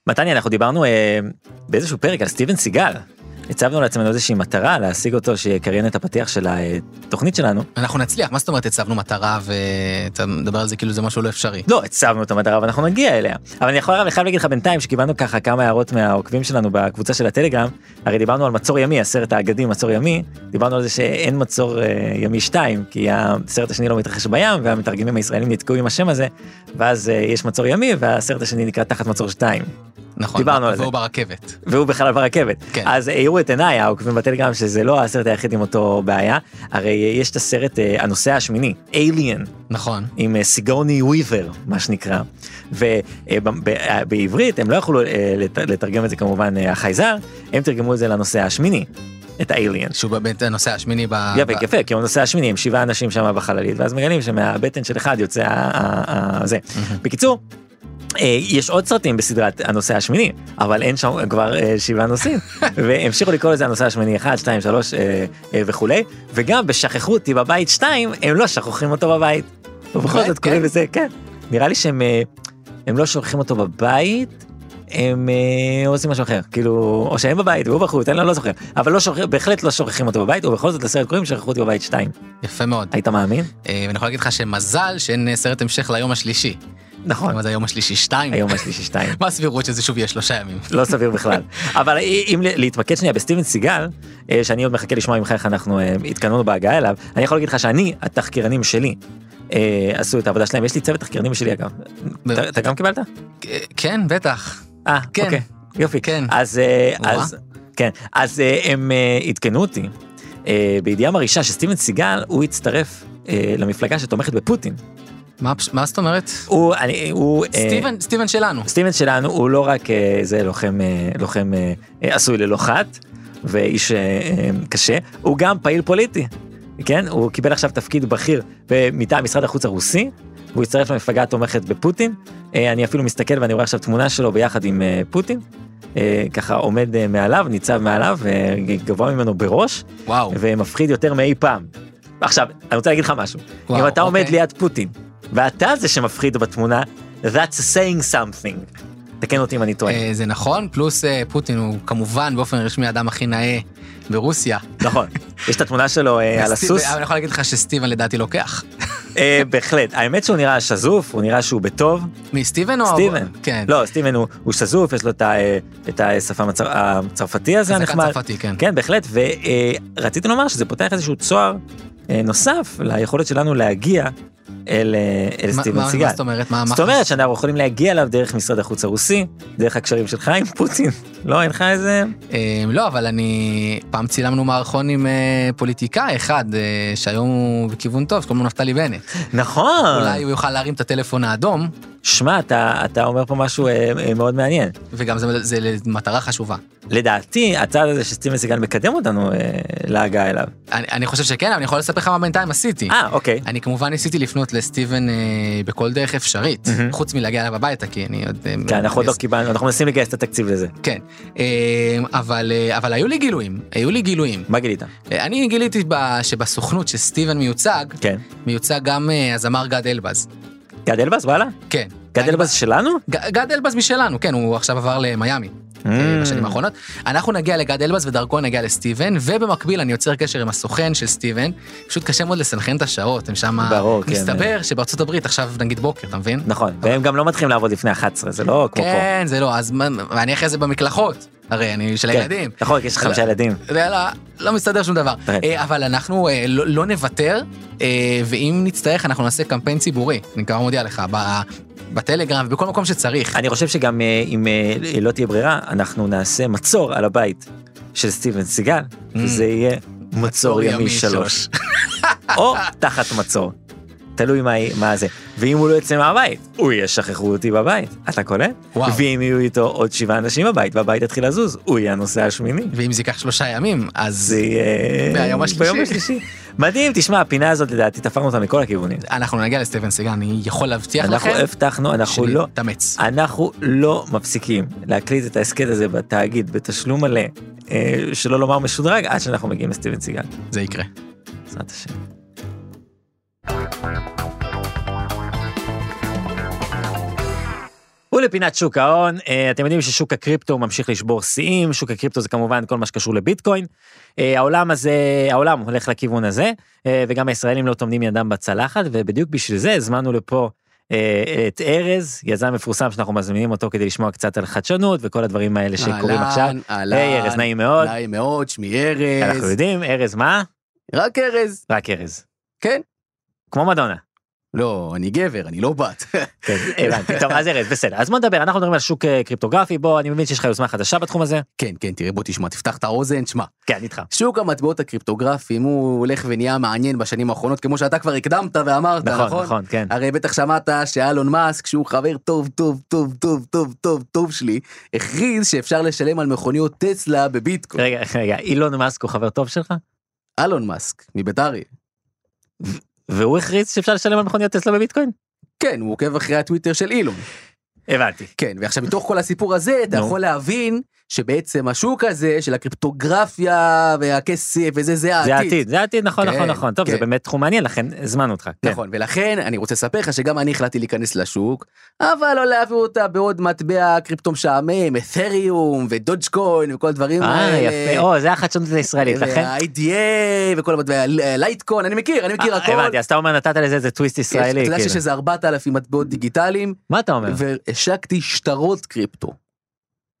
[SPEAKER 3] מתניה, אנחנו דיברנו אה, באיזשהו פרק על סטיבן סיגל. הצבנו לעצמנו איזושהי מטרה להשיג אותו שיקריין את הפתיח של התוכנית שלנו.
[SPEAKER 2] אנחנו נצליח, מה זאת אומרת הצבנו מטרה ואתה מדבר על זה כאילו זה משהו לא אפשרי.
[SPEAKER 3] לא, הצבנו את המטרה ואנחנו נגיע אליה. אבל אני יכול, אני חייב להגיד לך בינתיים שקיבלנו ככה כמה הערות מהעוקבים שלנו בקבוצה של הטלגרם. הרי דיברנו על מצור ימי, הסרט האגדי מצור ימי, דיברנו על זה שאין מצור אה, ימי 2, כי הסרט השני לא מתרחש בים, והמתרגמים הישראלים נתקעו עם השם הזה, ואז אה, יש מצור ימי, והסרט השני נקרא תחת מצור 2.
[SPEAKER 2] נכון.
[SPEAKER 3] דיברנו על זה.
[SPEAKER 2] והוא ברכבת.
[SPEAKER 3] והוא בכלל ברכבת.
[SPEAKER 2] כן.
[SPEAKER 3] אז העירו את עיניי העוקבים בטלגרם שזה לא הסרט היחיד עם אותו בעיה, הרי אה, יש את הסרט אה, הנוסע השמיני, Alien.
[SPEAKER 2] נכון.
[SPEAKER 3] עם אה, סיגוני וויבר, מה שנקרא. אה, ובעברית הם לא יכלו אה, לת- לתרגם את זה כמובן אה, החייזר, הם תרגמו את זה לנושא השמיני, את האליאן.
[SPEAKER 2] שהוא באמת הנושא השמיני ב...
[SPEAKER 3] יפה,
[SPEAKER 2] ב-
[SPEAKER 3] יפה, כי הוא הנושא השמיני, הם שבעה אנשים שם בחללית, ואז מגלים שמהבטן של אחד יוצא ה- ה- ה- זה. בקיצור, אה, יש עוד סרטים בסדרת הנושא השמיני, אבל אין שם כבר אה, שבעה נושאים. והמשיכו לקרוא לזה הנושא השמיני 1, 2, 3 אה, אה, וכולי, וגם בשכחו אותי בבית 2, הם לא שכחים אותו בבית. ובכל
[SPEAKER 2] באמת?
[SPEAKER 3] זאת קוראים
[SPEAKER 2] כן?
[SPEAKER 3] לזה, כן. נראה לי שהם אה, הם לא שוכחים אותו בבית. הם אה, עושים משהו אחר, כאילו, או שהם בבית והוא בחוץ, אני לא, לא זוכר, אבל לא שוכח, בהחלט לא שוכחים אותו בבית, ובכל זאת לסרט קוראים שכחו אותי בבית 2.
[SPEAKER 2] יפה מאוד.
[SPEAKER 3] היית מאמין?
[SPEAKER 2] אה, ואני יכול להגיד לך שמזל שאין אה, סרט המשך ליום השלישי.
[SPEAKER 3] נכון,
[SPEAKER 2] היום זה היום השלישי שתיים.
[SPEAKER 3] היום השלישי 2.
[SPEAKER 2] מה הסבירות שזה שוב יהיה שלושה ימים?
[SPEAKER 3] לא סביר בכלל. [laughs] אבל אם להתמקד שנייה בסטיבן סיגל, אה, שאני עוד מחכה לשמוע ממך איך אנחנו אה, התקדמנו בהגעה אליו, אני יכול להגיד לך שאני, התחקירנים שלי, אה, עשו את העבודה שלהם, יש לי צוות תחקירנים שלי אגב. אתה- אתה גם קיבלת?
[SPEAKER 2] אה, כן, בטח.
[SPEAKER 3] אה,
[SPEAKER 2] כן.
[SPEAKER 3] אוקיי, יופי.
[SPEAKER 2] כן.
[SPEAKER 3] אז, אה,
[SPEAKER 2] וואה.
[SPEAKER 3] אז, כן, אז אה, הם אה, עדכנו אותי אה, בידיעה מרעישה שסטיבן סיגל, הוא הצטרף אה, למפלגה שתומכת בפוטין.
[SPEAKER 2] מה הפש- מה זאת אומרת?
[SPEAKER 3] הוא, אני, הוא... אה,
[SPEAKER 2] סטיבן, סטיבן שלנו.
[SPEAKER 3] סטיבן שלנו הוא לא רק אה, זה לוחם, אה, לוחם אה, אה, עשוי ללוחת ואיש אה, אה, קשה, הוא גם פעיל פוליטי, כן? הוא קיבל עכשיו תפקיד בכיר ב- מטעם משרד החוץ הרוסי, והוא הצטרף למפלגה התומכת בפוטין. אה, אני אפילו מסתכל ואני רואה עכשיו תמונה שלו ביחד עם אה, פוטין. אה, ככה עומד אה, מעליו, ניצב מעליו, אה, גבוה ממנו בראש,
[SPEAKER 2] וואו.
[SPEAKER 3] ומפחיד יותר מאי פעם. עכשיו, אני רוצה להגיד לך משהו.
[SPEAKER 2] וואו,
[SPEAKER 3] אם אתה עומד
[SPEAKER 2] אוקיי.
[SPEAKER 3] ליד פוטין, ואתה זה שמפחיד בתמונה, that's saying something. תקן אותי אם אני טועה.
[SPEAKER 2] אה, זה נכון, פלוס אה, פוטין הוא כמובן באופן רשמי האדם הכי נאה ברוסיה. נכון.
[SPEAKER 3] יש את התמונה
[SPEAKER 2] [laughs]
[SPEAKER 3] שלו אה, על הסוס,
[SPEAKER 2] אבל אני יכול להגיד לך שסטיבן לדעתי לוקח. [laughs]
[SPEAKER 3] אה, בהחלט. האמת שהוא נראה שזוף, הוא נראה שהוא בטוב.
[SPEAKER 2] מי, סטיבן או...
[SPEAKER 3] סטיבן.
[SPEAKER 2] כן.
[SPEAKER 3] לא, סטיבן הוא- הוא שזוף, יש לו את ה- אה, את השפה המצר- הצרפתי הזה
[SPEAKER 2] חזקה
[SPEAKER 3] הנחמד.
[SPEAKER 2] צרפתי, כן.
[SPEAKER 3] כן, בהחלט, ורציתי לומר שזה פותח איזשהו צוהר אה, נוסף ליכולת שלנו להגיע אל אה, אל
[SPEAKER 2] מה-
[SPEAKER 3] סטיבן
[SPEAKER 2] מה-
[SPEAKER 3] סיגל.
[SPEAKER 2] מה זאת אומרת? מה... מה-
[SPEAKER 3] זאת אומרת שאנחנו יכולים להגיע אליו דרך משרד החוץ הרוסי, דרך הקשרים שלך עם פוטין. לא, אין לך איזה...
[SPEAKER 2] אה, לא, אבל אני... פעם צילמנו מערכון עם אה, פוליטיקאי אחד, אה, שהיום הוא בכיוון טוב, שקוראים לו נפתלי בנט.
[SPEAKER 3] נכון.
[SPEAKER 2] אולי הוא יוכל להרים את הטלפון האדום,
[SPEAKER 3] שמע, אתה, אתה אומר פה משהו אה, אה, מאוד מעניין.
[SPEAKER 2] וגם זה- זה מטרה חשובה.
[SPEAKER 3] לדעתי, הצעד הזה שסטיבן סיגל מקדם אותנו אה, להגעה אליו.
[SPEAKER 2] אני אני חושב שכן, אבל אני יכול לספר לך מה בינתיים עשיתי.
[SPEAKER 3] אה, אוקיי.
[SPEAKER 2] אני כמובן ניסיתי לפנות לסטיבן אה, בכל דרך אפשרית,
[SPEAKER 3] מהמם.
[SPEAKER 2] חוץ מלהגיע אליו הביתה, כי אני עוד... אה,
[SPEAKER 3] כן, אנחנו עוד לא
[SPEAKER 2] מס-
[SPEAKER 3] קיבלנו, אנחנו מנסים לגייס את התקציב לזה.
[SPEAKER 2] כן, אה, אבל אה, אבל היו לי גילויים, היו לי גילויים.
[SPEAKER 3] מה גילית?
[SPEAKER 2] אה, אני גיליתי ב- שבסוכנות שסטיבן מיוצג,
[SPEAKER 3] כן.
[SPEAKER 2] מיוצג גם אה, הזמר גד אלבז.
[SPEAKER 3] גד אלבז, וואלה?
[SPEAKER 2] כן.
[SPEAKER 3] גד אלבז שלנו?
[SPEAKER 2] ג- גד אלבז משלנו, כן, הוא עכשיו עבר למיאמי. אה, בשנים האחרונות. אנחנו נגיע לגד אלבז ודרכו נגיע לסטיבן, ובמקביל אני יוצר קשר עם הסוכן של סטיבן. פשוט קשה מאוד לסנכרן את השעות, הם שם...
[SPEAKER 3] ברור, כן.
[SPEAKER 2] מסתבר שבארצות הברית עכשיו נגיד בוקר, אתה מבין?
[SPEAKER 3] נכון, והם גם לא מתחילים לעבוד לפני 11, זה לא כמו פה.
[SPEAKER 2] כן, זה לא, אז מה- ואני אחרי זה במקלחות, הרי אני של
[SPEAKER 3] כן.
[SPEAKER 2] הילדים.
[SPEAKER 3] נכון, כי יש לך חמישה ילדים.
[SPEAKER 2] זה לא, לא מסתדר שום דבר.
[SPEAKER 3] כן.
[SPEAKER 2] אה, אבל אנחנו אה, לא, לא נוותר, אה, ואם נצטרך אנחנו נעשה קמפיין ציבורי, אני כבר מודיע לך, ב- בטלגרם ובכל מקום שצריך.
[SPEAKER 3] אני חושב שגם אה, אם אה, לא תהיה ברירה, אנחנו נעשה מצור על הבית של סטיבן סיגל,
[SPEAKER 2] Mm.
[SPEAKER 3] וזה יהיה מצור ימי שלוש, או תחת מצור. תלוי מה, מה זה. ואם הוא לא יצא מהבית, הוא יהיה שכחו אותי בבית. אתה קולט?
[SPEAKER 2] וואו.
[SPEAKER 3] ואם יהיו איתו עוד שבעה אנשים בבית, והבית יתחיל לזוז, הוא יהיה הנוסע השמיני.
[SPEAKER 2] [laughs] ואם זה ייקח שלושה ימים, אז
[SPEAKER 3] זה יהיה...
[SPEAKER 2] מהיום השלישי.
[SPEAKER 3] ביום השלישי. מדהים, תשמע, הפינה הזאת לדעתי תפרנו אותה מכל הכיוונים.
[SPEAKER 2] אנחנו נגיע לסטיבן סיגל, אני יכול להבטיח
[SPEAKER 3] אנחנו
[SPEAKER 2] לכם
[SPEAKER 3] הבטחנו, אנחנו לא...
[SPEAKER 2] שנתאמץ.
[SPEAKER 3] אנחנו לא מפסיקים להקליט את ההסכת הזה בתאגיד בתשלום מלא, אה, שלא לומר משודרג, עד שאנחנו מגיעים לסטיבן סיגל.
[SPEAKER 2] זה יקרה.
[SPEAKER 3] בעזרת השם. ולפינת שוק ההון, אה, אתם יודעים ששוק הקריפטו ממשיך לשבור שיאים, שוק הקריפטו זה כמובן כל מה שקשור לביטקוין. אה, העולם הזה, העולם הולך לכיוון הזה, אה, וגם הישראלים לא טומנים ידם בצלחת, ובדיוק בשביל זה הזמנו לפה אה, את ארז, יזם מפורסם שאנחנו מזמינים אותו כדי לשמוע קצת על חדשנות וכל הדברים האלה שקורים עכשיו.
[SPEAKER 4] אהלן, אהלן.
[SPEAKER 3] היי ארז, נעים מאוד.
[SPEAKER 4] נעים מאוד, שמי ארז.
[SPEAKER 3] אנחנו יודעים, ארז מה?
[SPEAKER 4] רק ארז.
[SPEAKER 3] רק ארז.
[SPEAKER 4] כן.
[SPEAKER 3] כמו מדונה.
[SPEAKER 4] לא, אני גבר, אני לא בת.
[SPEAKER 3] כן, [laughs] הבנתי, טוב אז ארז בסדר אז בוא נדבר אנחנו מדברים על שוק אה, קריפטוגרפי בוא אני מבין שיש לך יוזמה חדשה בתחום הזה
[SPEAKER 4] כן, כן, תראה, בוא תשמע, תפתח את האוזן, שמע.
[SPEAKER 3] כן אני איתך
[SPEAKER 4] שוק המטבעות הקריפטוגרפיים הוא הולך ונהיה מעניין בשנים האחרונות, כמו שאתה כבר הקדמת ואמרת,
[SPEAKER 3] נכון
[SPEAKER 4] נכון?
[SPEAKER 3] נכון כן
[SPEAKER 4] הרי בטח שמעת שאלון מאסק, שהוא חבר טוב טוב טוב טוב טוב טוב טוב שלי, הכריז שאפשר לשלם על מכוניות טסלה בביטקוין.
[SPEAKER 3] [laughs] רגע רגע אילון מאסק הוא חבר טוב שלך כן.
[SPEAKER 4] אלון מאסק, מביתר.
[SPEAKER 3] והוא הכריז שאפשר לשלם על מכוניות טסלה בביטקוין
[SPEAKER 4] כן, הוא עוקב אחרי הטוויטר של אילון.
[SPEAKER 3] הבנתי
[SPEAKER 4] כן, ועכשיו מתוך כל הסיפור הזה, אתה
[SPEAKER 3] נו.
[SPEAKER 4] יכול להבין שבעצם השוק הזה של הקריפטוגרפיה והכסף וזה, זה העתיד.
[SPEAKER 3] זה העתיד זה העתיד נכון
[SPEAKER 4] כן,
[SPEAKER 3] נכון נכון טוב זה
[SPEAKER 4] כן.
[SPEAKER 3] באמת תחום מעניין לכן הזמנו אותך כן.
[SPEAKER 4] נכון, ולכן אני רוצה לספר לך שגם אני החלטתי להיכנס לשוק, אבל לא להעביר אותה בעוד מטבע קריפטו משעמם, את'ריום ודודג'קוין וכל הדברים
[SPEAKER 3] אה
[SPEAKER 4] האלה.
[SPEAKER 3] יפה או זה החדשנות הישראלית
[SPEAKER 4] אה,
[SPEAKER 3] לכן
[SPEAKER 4] וה-IDA וכל המטבע, לייטקון, אני מכיר, אני מכיר
[SPEAKER 3] אה,
[SPEAKER 4] כאילו הכל.
[SPEAKER 3] הבנתי אז אתה אומר נתת לזה איזה טוויסט
[SPEAKER 4] יש- אתה
[SPEAKER 3] ישראלי
[SPEAKER 4] יודע
[SPEAKER 3] כאילו. אה.
[SPEAKER 4] שיש איזה 4,000 מטבעות דיגיטליים,
[SPEAKER 3] מה אתה אומר
[SPEAKER 4] והשקתי שטרות קריפטו.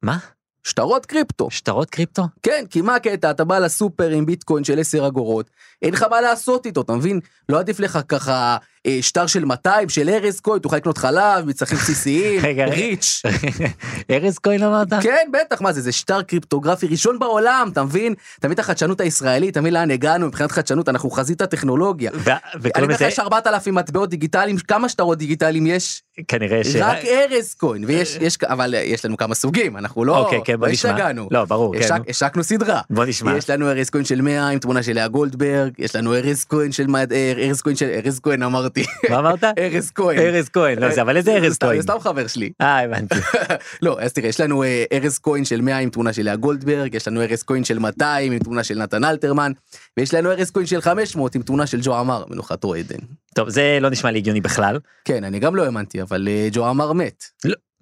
[SPEAKER 3] מה
[SPEAKER 4] שטרות קריפטו.
[SPEAKER 3] שטרות קריפטו [laughs]
[SPEAKER 4] כן, כי מה הקטע? אתה בא לסופר עם ביטקוין של 10 אגורות, אין לך מה לעשות איתו, אתה מבין? לא עדיף לך ככה
[SPEAKER 2] אה, שטר של 200 של ארז כהן, תוכל לקנות חלב, מצרכים בסיסיים,
[SPEAKER 3] [laughs] רגע, רגע.
[SPEAKER 2] ריץ'.
[SPEAKER 3] ארז כהן אמרת?
[SPEAKER 2] כן, בטח, מה זה, זה שטר קריפטוגרפי ראשון בעולם, אתה מבין? אתה מבין את החדשנות הישראלית, אתה מבין לאן הגענו מבחינת חדשנות, אנחנו חזית הטכנולוגיה.
[SPEAKER 3] ו-
[SPEAKER 2] אני
[SPEAKER 3] וקוראים
[SPEAKER 2] אומר לך,
[SPEAKER 3] לזה,
[SPEAKER 2] יש 4,000 מטבעות דיגיטליים, כמה שטרות דיגיטליים יש?
[SPEAKER 3] כנראה ש...
[SPEAKER 2] רק ארז כהן, ויש, יש, אבל יש לנו כמה סוגים, אנחנו לא,
[SPEAKER 3] אה. אוקיי, כן, בוא
[SPEAKER 2] לא
[SPEAKER 3] נשמע.
[SPEAKER 2] השתגענו.
[SPEAKER 3] לא, ברור, כן.
[SPEAKER 2] השק- השקנו סדרה.
[SPEAKER 3] בוא נשמע.
[SPEAKER 2] יש לנו ארז כהן של 100 עם תמונה של לאה גולדברג, יש לנו ארז כהן של, מד- אה, ארז כהן של, ארז כהן אמרתי.
[SPEAKER 3] מה אמרת?
[SPEAKER 2] ארז כהן.
[SPEAKER 3] [laughs]
[SPEAKER 2] אה,
[SPEAKER 3] ארז כהן, לא זה, אבל איזה ארז
[SPEAKER 2] סתם-
[SPEAKER 3] כהן?
[SPEAKER 2] זה סתם חבר שלי. [laughs]
[SPEAKER 3] אה, הבנתי.
[SPEAKER 2] לא, אז תראה, יש לנו אה, ארז כהן של 100 עם תמונה של לאה גולדברג, יש לנו ארז כהן של 200 עם תמונה של נתן אלתרמן, ויש לנו ארז כהן של 500 עם תמונה של ג'ו עמר, מנוחתו עדן.
[SPEAKER 3] טוב, זה לא נשמע לי הגיוני בכלל.
[SPEAKER 2] כן, אני גם לא האמנתי, אבל אה, ג'ו עמר מת.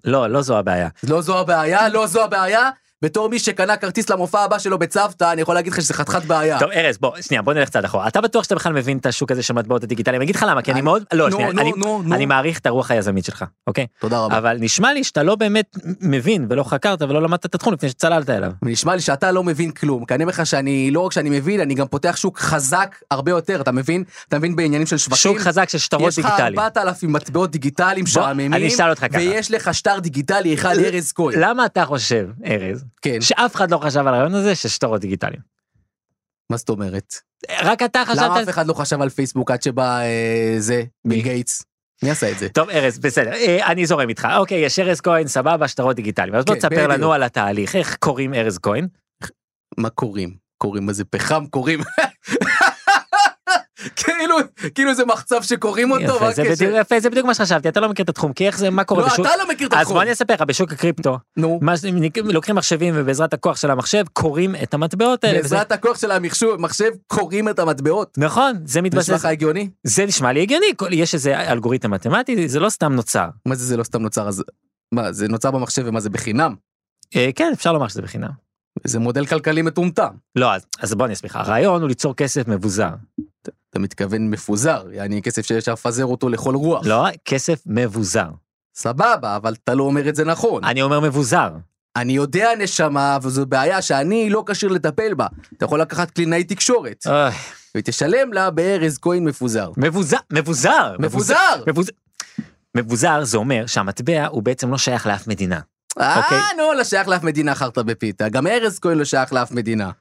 [SPEAKER 3] לא, לא זו הבעיה.
[SPEAKER 2] לא זו הבעיה, לא זו הבעיה. בתור מי שקנה כרטיס למופע הבא שלו בצוותא, אני יכול להגיד לך שזה חתיכת בעיה.
[SPEAKER 3] טוב, ארז, בוא, שנייה, בוא נלך צעד אחורה. אתה בטוח שאתה בכלל מבין את השוק הזה של מטבעות הדיגיטליים? אני אגיד לך למה, כי אני מאוד... לא,
[SPEAKER 2] נו,
[SPEAKER 3] שנייה,
[SPEAKER 2] נו,
[SPEAKER 3] אני-
[SPEAKER 2] נו, נו.
[SPEAKER 3] אני מעריך את הרוח היזמית שלך, אוקיי?
[SPEAKER 2] תודה רבה.
[SPEAKER 3] אבל נשמע לי שאתה לא באמת מבין ולא חקרת ולא למדת את התחום לפני שצללת אליו.
[SPEAKER 2] נשמע לי שאתה לא מבין כלום, כי אני אומר לך שאני, לא רק שאני מבין, אני גם פותח שוק חזק הרבה יותר, אתה מבין? אתה מבין בעניינים של שווקים?
[SPEAKER 3] שוק חזק של שטרות
[SPEAKER 2] כאילו, יש
[SPEAKER 3] דיגיטליים.
[SPEAKER 2] לך 4,000 מטבעות דיגיטליים שעממים,
[SPEAKER 3] אני אשאל אותך ככה.
[SPEAKER 2] ויש לך שטר דיגיטלי אחד, ארז כהן.
[SPEAKER 3] למה אתה חושב, ארז,
[SPEAKER 2] כן,
[SPEAKER 3] שאף אחד לא חשב על הרעיון הזה של שטרות דיגיטליים?
[SPEAKER 2] מה זאת אומרת?
[SPEAKER 3] רק אתה
[SPEAKER 2] למה אף
[SPEAKER 3] חשבת...
[SPEAKER 2] אחד לא חשב על פייסבוק עד שבא אה, זה, ביל גייטס? מי עשה את זה?
[SPEAKER 3] טוב ארז בסדר אה, אני זורם איתך אוקיי יש ארז כהן סבבה שטרות דיגיטליים אז בוא
[SPEAKER 2] כן,
[SPEAKER 3] תספר
[SPEAKER 2] בדיוק.
[SPEAKER 3] לנו על התהליך איך קוראים ארז כהן
[SPEAKER 2] מה קוראים? קוראים איזה פחם קוראים. [laughs] כאילו, כאילו זה מחצב שקוראים אותו,
[SPEAKER 3] יפה,
[SPEAKER 2] מה
[SPEAKER 3] זה
[SPEAKER 2] הקשר?
[SPEAKER 3] בדיוק- יפה זה בדיוק מה שחשבתי אתה לא מכיר את התחום כי איך זה מה קורה
[SPEAKER 2] לא,
[SPEAKER 3] בשוק
[SPEAKER 2] אתה לא מכיר את
[SPEAKER 3] אז
[SPEAKER 2] התחום.
[SPEAKER 3] בוא אני אספר לך בשוק הקריפטו
[SPEAKER 2] נו,
[SPEAKER 3] מה ש- לוקחים מחשבים ובעזרת הכוח של המחשב קוראים את המטבעות האלה וזה-
[SPEAKER 2] בעזרת הכוח של המחשוב, מחשב קוראים את המטבעות.
[SPEAKER 3] נכון זה
[SPEAKER 2] נשמע
[SPEAKER 3] מתבסס
[SPEAKER 2] לך הגיוני?
[SPEAKER 3] זה נשמע לי הגיוני כל- יש איזה אלגוריתם מתמטי זה לא סתם נוצר
[SPEAKER 2] מה זה, זה לא סתם נוצר, אז... מה, זה נוצר במחשב ומה זה בחינם?
[SPEAKER 3] אה, כן אפשר לומר שזה בחינם.
[SPEAKER 2] זה מודל כלכלי מטומטם.
[SPEAKER 3] לא אז- אז בוא אני אסביר לך הרעיון הוא ליצור כסף מבוזר
[SPEAKER 2] אתה מתכוון מפוזר, יעני כסף שאפשר לפזר אותו לכל רוח.
[SPEAKER 3] לא כסף מבוזר
[SPEAKER 2] סבבה, אבל אתה לא אומר את זה נכון.
[SPEAKER 3] אני אומר מבוזר
[SPEAKER 2] אני יודע, נשמה, וזו בעיה שאני לא כשיר לטפל בה. אתה יכול לקחת קלינאי תקשורת,
[SPEAKER 3] אוי,
[SPEAKER 2] ותשלם לה בארז כהן מפוזר.
[SPEAKER 3] מבוזר מבוזר
[SPEAKER 2] מפוזר!
[SPEAKER 3] מבוז- מבוזר זה אומר שהמטבע הוא בעצם לא שייך לאף מדינה. אוקיי.
[SPEAKER 2] אה, נו, לא שייך לאף מדינה חרטא בפיתה. גם ארז כהן לא שייך לאף מדינה.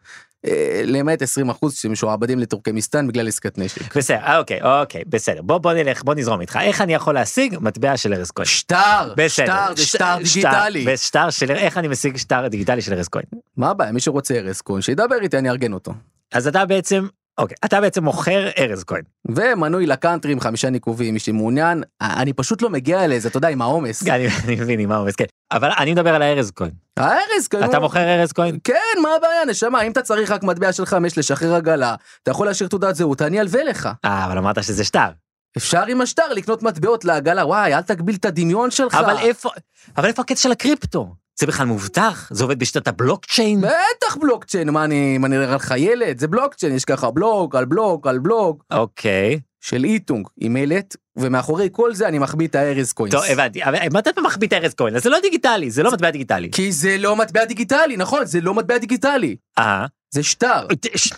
[SPEAKER 2] אה, למעט 20 אחוז שמשועבדים לטורקמיסטן בגלל עסקת נשק.
[SPEAKER 3] בסדר, אה, אוקיי, אוקיי, בסדר. בוא בוא נלך, בוא נזרום איתך. איך אני יכול להשיג מטבע של ארז כהן?
[SPEAKER 2] שטר!
[SPEAKER 3] בסדר.
[SPEAKER 2] שטר זה
[SPEAKER 3] שט-
[SPEAKER 2] שטר דיגיטלי.
[SPEAKER 3] ושטר של, איך אני משיג שטר דיגיטלי של ארז כהן?
[SPEAKER 2] מה הבעיה? מי שרוצה ארז כהן, שידבר איתי, אני אארגן אותו.
[SPEAKER 3] אז אתה בעצם, אוקיי, אתה בעצם מוכר ארז
[SPEAKER 2] [laughs]
[SPEAKER 3] כהן.
[SPEAKER 2] ומנוי לקאנטרי עם חמישה ניקובים, מי שמעוניין, אה, אני פשוט לא מגיע לזה, אתה יודע, עם העומס.
[SPEAKER 3] אני אני מבין עם מה הוא מסכן. אבל אני מדבר על הארז כהן.
[SPEAKER 2] הארז כהן...
[SPEAKER 3] אתה
[SPEAKER 2] הוא-
[SPEAKER 3] מוכר ארז כהן?
[SPEAKER 2] כן, מה הבעיה, נשמה? אם אתה צריך רק מטבע של חמש לשחרר עגלה, אתה יכול להשאיר תעודת זהות, אני אלווה לך.
[SPEAKER 3] אה, אבל אמרת שזה שטר.
[SPEAKER 2] אפשר עם השטר לקנות מטבעות לעגלה, וואי, אל תגביל את הדמיון שלך.
[SPEAKER 3] אבל איפה, אבל איפה הקטע של הקריפטו? זה בכלל מובטח? זה עובד בשיטת הבלוקצ'יין?
[SPEAKER 2] בטח בלוקצ'יין, מה אני, מה אני נראה לך ילד? זה בלוקצ'יין, יש ככה בלוק על בלוק על בלוק
[SPEAKER 3] אוקיי.
[SPEAKER 2] של איטונג עם מלט, ומאחורי כל זה אני מחביא את הארז קוינס.
[SPEAKER 3] טוב, הבנתי. אבל אה, מה אתה מחביא את ארז כהן? אז זה לא דיגיטלי, זה לא מטבע דיגיטלי.
[SPEAKER 2] כי זה לא מטבע דיגיטלי, נכון, זה לא מטבע דיגיטלי,
[SPEAKER 3] אה.
[SPEAKER 2] זה שטר.
[SPEAKER 3] ש-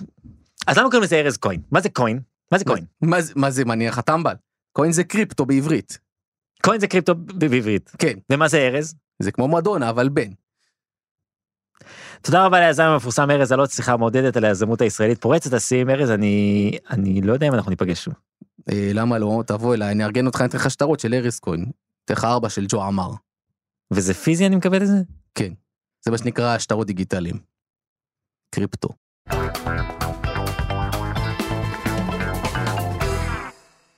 [SPEAKER 3] אז למה קוראים לזה ארז כהן? מה זה כהן? מה זה כהן?
[SPEAKER 2] מה, זה- מה זה, מה נראה לך טמבל? קוין זה קריפטו בעברית.
[SPEAKER 3] כהן זה קריפטו ב- בעברית.
[SPEAKER 2] כן,
[SPEAKER 3] ומה זה ארז?
[SPEAKER 2] זה כמו מדונה, אבל בן.
[SPEAKER 3] תודה רבה ליזם המפורסם ארז על עוד שיחה מעודדת על היזמות הישראלית פורצת השיאים. ארז, אני אני לא יודע אם אנחנו ניפגש שוב.
[SPEAKER 2] אה, למה לא? תבוא אליי, אני אארגן אותך, אני אתן לך שטרות של ארז כהן. אתן לך ארבע של ג'ו עמר.
[SPEAKER 3] וזה פיזי אני מקבל את זה?
[SPEAKER 2] כן. זה מה שנקרא שטרות דיגיטליים. קריפטו.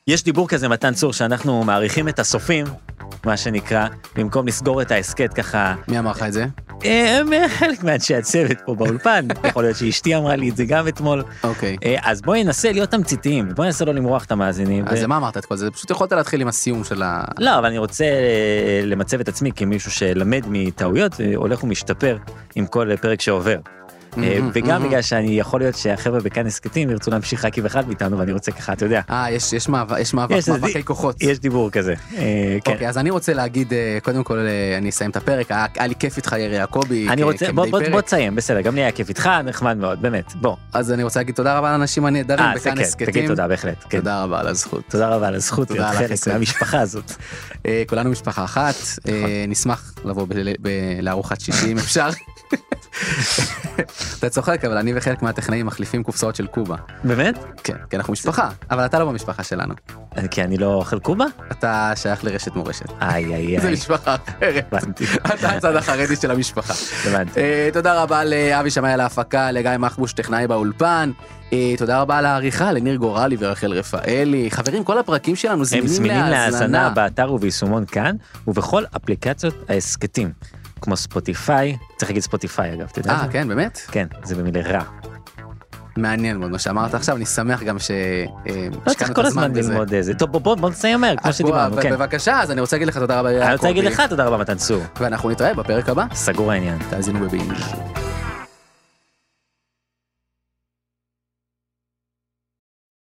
[SPEAKER 3] יש דיבור כזה, מתן צור, שאנחנו מעריכים את הסופים, מה שנקרא, במקום לסגור את ההסכת ככה
[SPEAKER 2] מי אמר לך את זה?
[SPEAKER 3] אה, אה, חלק מאנשי הצוות פה באולפן, יכול להיות שאשתי אמרה לי את זה גם אתמול.
[SPEAKER 2] אוקיי.
[SPEAKER 3] אה, אז בואי ננסה להיות תמציתיים, בואי ננסה לא למרוח את המאזינים.
[SPEAKER 2] אז
[SPEAKER 3] ו-
[SPEAKER 2] למה אמרת את כל זה? פשוט יכולת להתחיל עם הסיום של ה...
[SPEAKER 3] לא, אבל אני רוצה אה, למצב את עצמי כמישהו שלמד מטעויות, אה, הולך ומשתפר עם כל פרק שעובר. אה,
[SPEAKER 2] מהמם,
[SPEAKER 3] וגם
[SPEAKER 2] מהמם.
[SPEAKER 3] בגלל שאני יכול להיות שהחבר'ה בכאן הסכתים ירצו להמשיך רק עם אחד מאיתנו ואני רוצה ככה אתה יודע
[SPEAKER 2] אה, יש יש מאבק, יש מאבק,
[SPEAKER 3] יש איזה-
[SPEAKER 2] מאבקי כוחות.
[SPEAKER 3] יש דיבור כזה. אה, כן.
[SPEAKER 2] אוקיי, אז אני רוצה להגיד, אה, קודם כל אה, אני אסיים את הפרק, היה היה לי כיף איתך ירי יעקבי,
[SPEAKER 3] אני
[SPEAKER 2] אה, כ-
[SPEAKER 3] רוצה בוא
[SPEAKER 2] כמדי
[SPEAKER 3] בוא
[SPEAKER 2] פרק.
[SPEAKER 3] בוא תסיים בסדר גם לי היה כיף איתך נחמד מאוד באמת בוא.
[SPEAKER 2] אז אני רוצה להגיד תודה רבה לאנשים הנהדרים
[SPEAKER 3] אה, זה
[SPEAKER 2] בכאן
[SPEAKER 3] כן, תגיד
[SPEAKER 2] הסכתים.
[SPEAKER 3] תודה בהחלט. כן.
[SPEAKER 2] תודה רבה על הזכות.
[SPEAKER 3] תודה רבה על הזכות
[SPEAKER 2] תודה
[SPEAKER 3] להיות
[SPEAKER 2] על
[SPEAKER 3] חלק
[SPEAKER 2] החסד.
[SPEAKER 3] מהמשפחה הזאת.
[SPEAKER 2] אה, כולנו משפחה אחת, אה, נשמח לבוא ב- ב- לארוחת שישי אם [laughs] אפשר. אתה צוחק, אבל אני וחלק מהטכנאים מחליפים קופסאות של קובה.
[SPEAKER 3] באמת?
[SPEAKER 2] כן, כי אנחנו משפחה, אבל אתה לא במשפחה שלנו.
[SPEAKER 3] כי אני לא אוכל קובה?
[SPEAKER 2] אתה שייך לרשת מורשת.
[SPEAKER 3] איי איי
[SPEAKER 2] זה
[SPEAKER 3] איי.
[SPEAKER 2] משפחה אחרת.
[SPEAKER 3] הבנתי.
[SPEAKER 2] אתה הצד החרדי של המשפחה.
[SPEAKER 3] הבנתי.
[SPEAKER 2] אה, תודה רבה לאבי שמאי על ההפקה, לגיא מחבוש, טכנאי באולפן. אה, תודה רבה על העריכה, לניר גורלי ורחל רפאלי. חברים, כל הפרקים שלנו
[SPEAKER 3] הם
[SPEAKER 2] אה, זמינים
[SPEAKER 3] זמינים להאזנה
[SPEAKER 2] להאזנה.
[SPEAKER 3] באתר וביישומון כאן ובכל אפליקציות ההסכתים. כמו ספוטיפיי, צריך להגיד ספוטיפיי אגב, אתה יודע?
[SPEAKER 2] אה,
[SPEAKER 3] את זה?
[SPEAKER 2] כן, באמת?
[SPEAKER 3] כן, זה במילה רע.
[SPEAKER 2] מעניין מאוד מה שאמרת עכשיו, אני שמח גם ש... אה,
[SPEAKER 3] לא
[SPEAKER 2] השקענו
[SPEAKER 3] צריך
[SPEAKER 2] את
[SPEAKER 3] כל הזמן
[SPEAKER 2] בזה.
[SPEAKER 3] ללמוד איזה. טוב, בוא- בוא בוא נסיים מהר, כמו
[SPEAKER 2] אז בוא,
[SPEAKER 3] שדיברנו,
[SPEAKER 2] אבל
[SPEAKER 3] כן.
[SPEAKER 2] בבקשה, אז אני רוצה להגיד לך תודה רבה,
[SPEAKER 3] אני רוצה
[SPEAKER 2] יעקבי,
[SPEAKER 3] להגיד לך תודה רבה מתן צור,
[SPEAKER 2] ואנחנו נתראה בפרק הבא.
[SPEAKER 3] סגור העניין.
[SPEAKER 2] תאזינו בבינג'.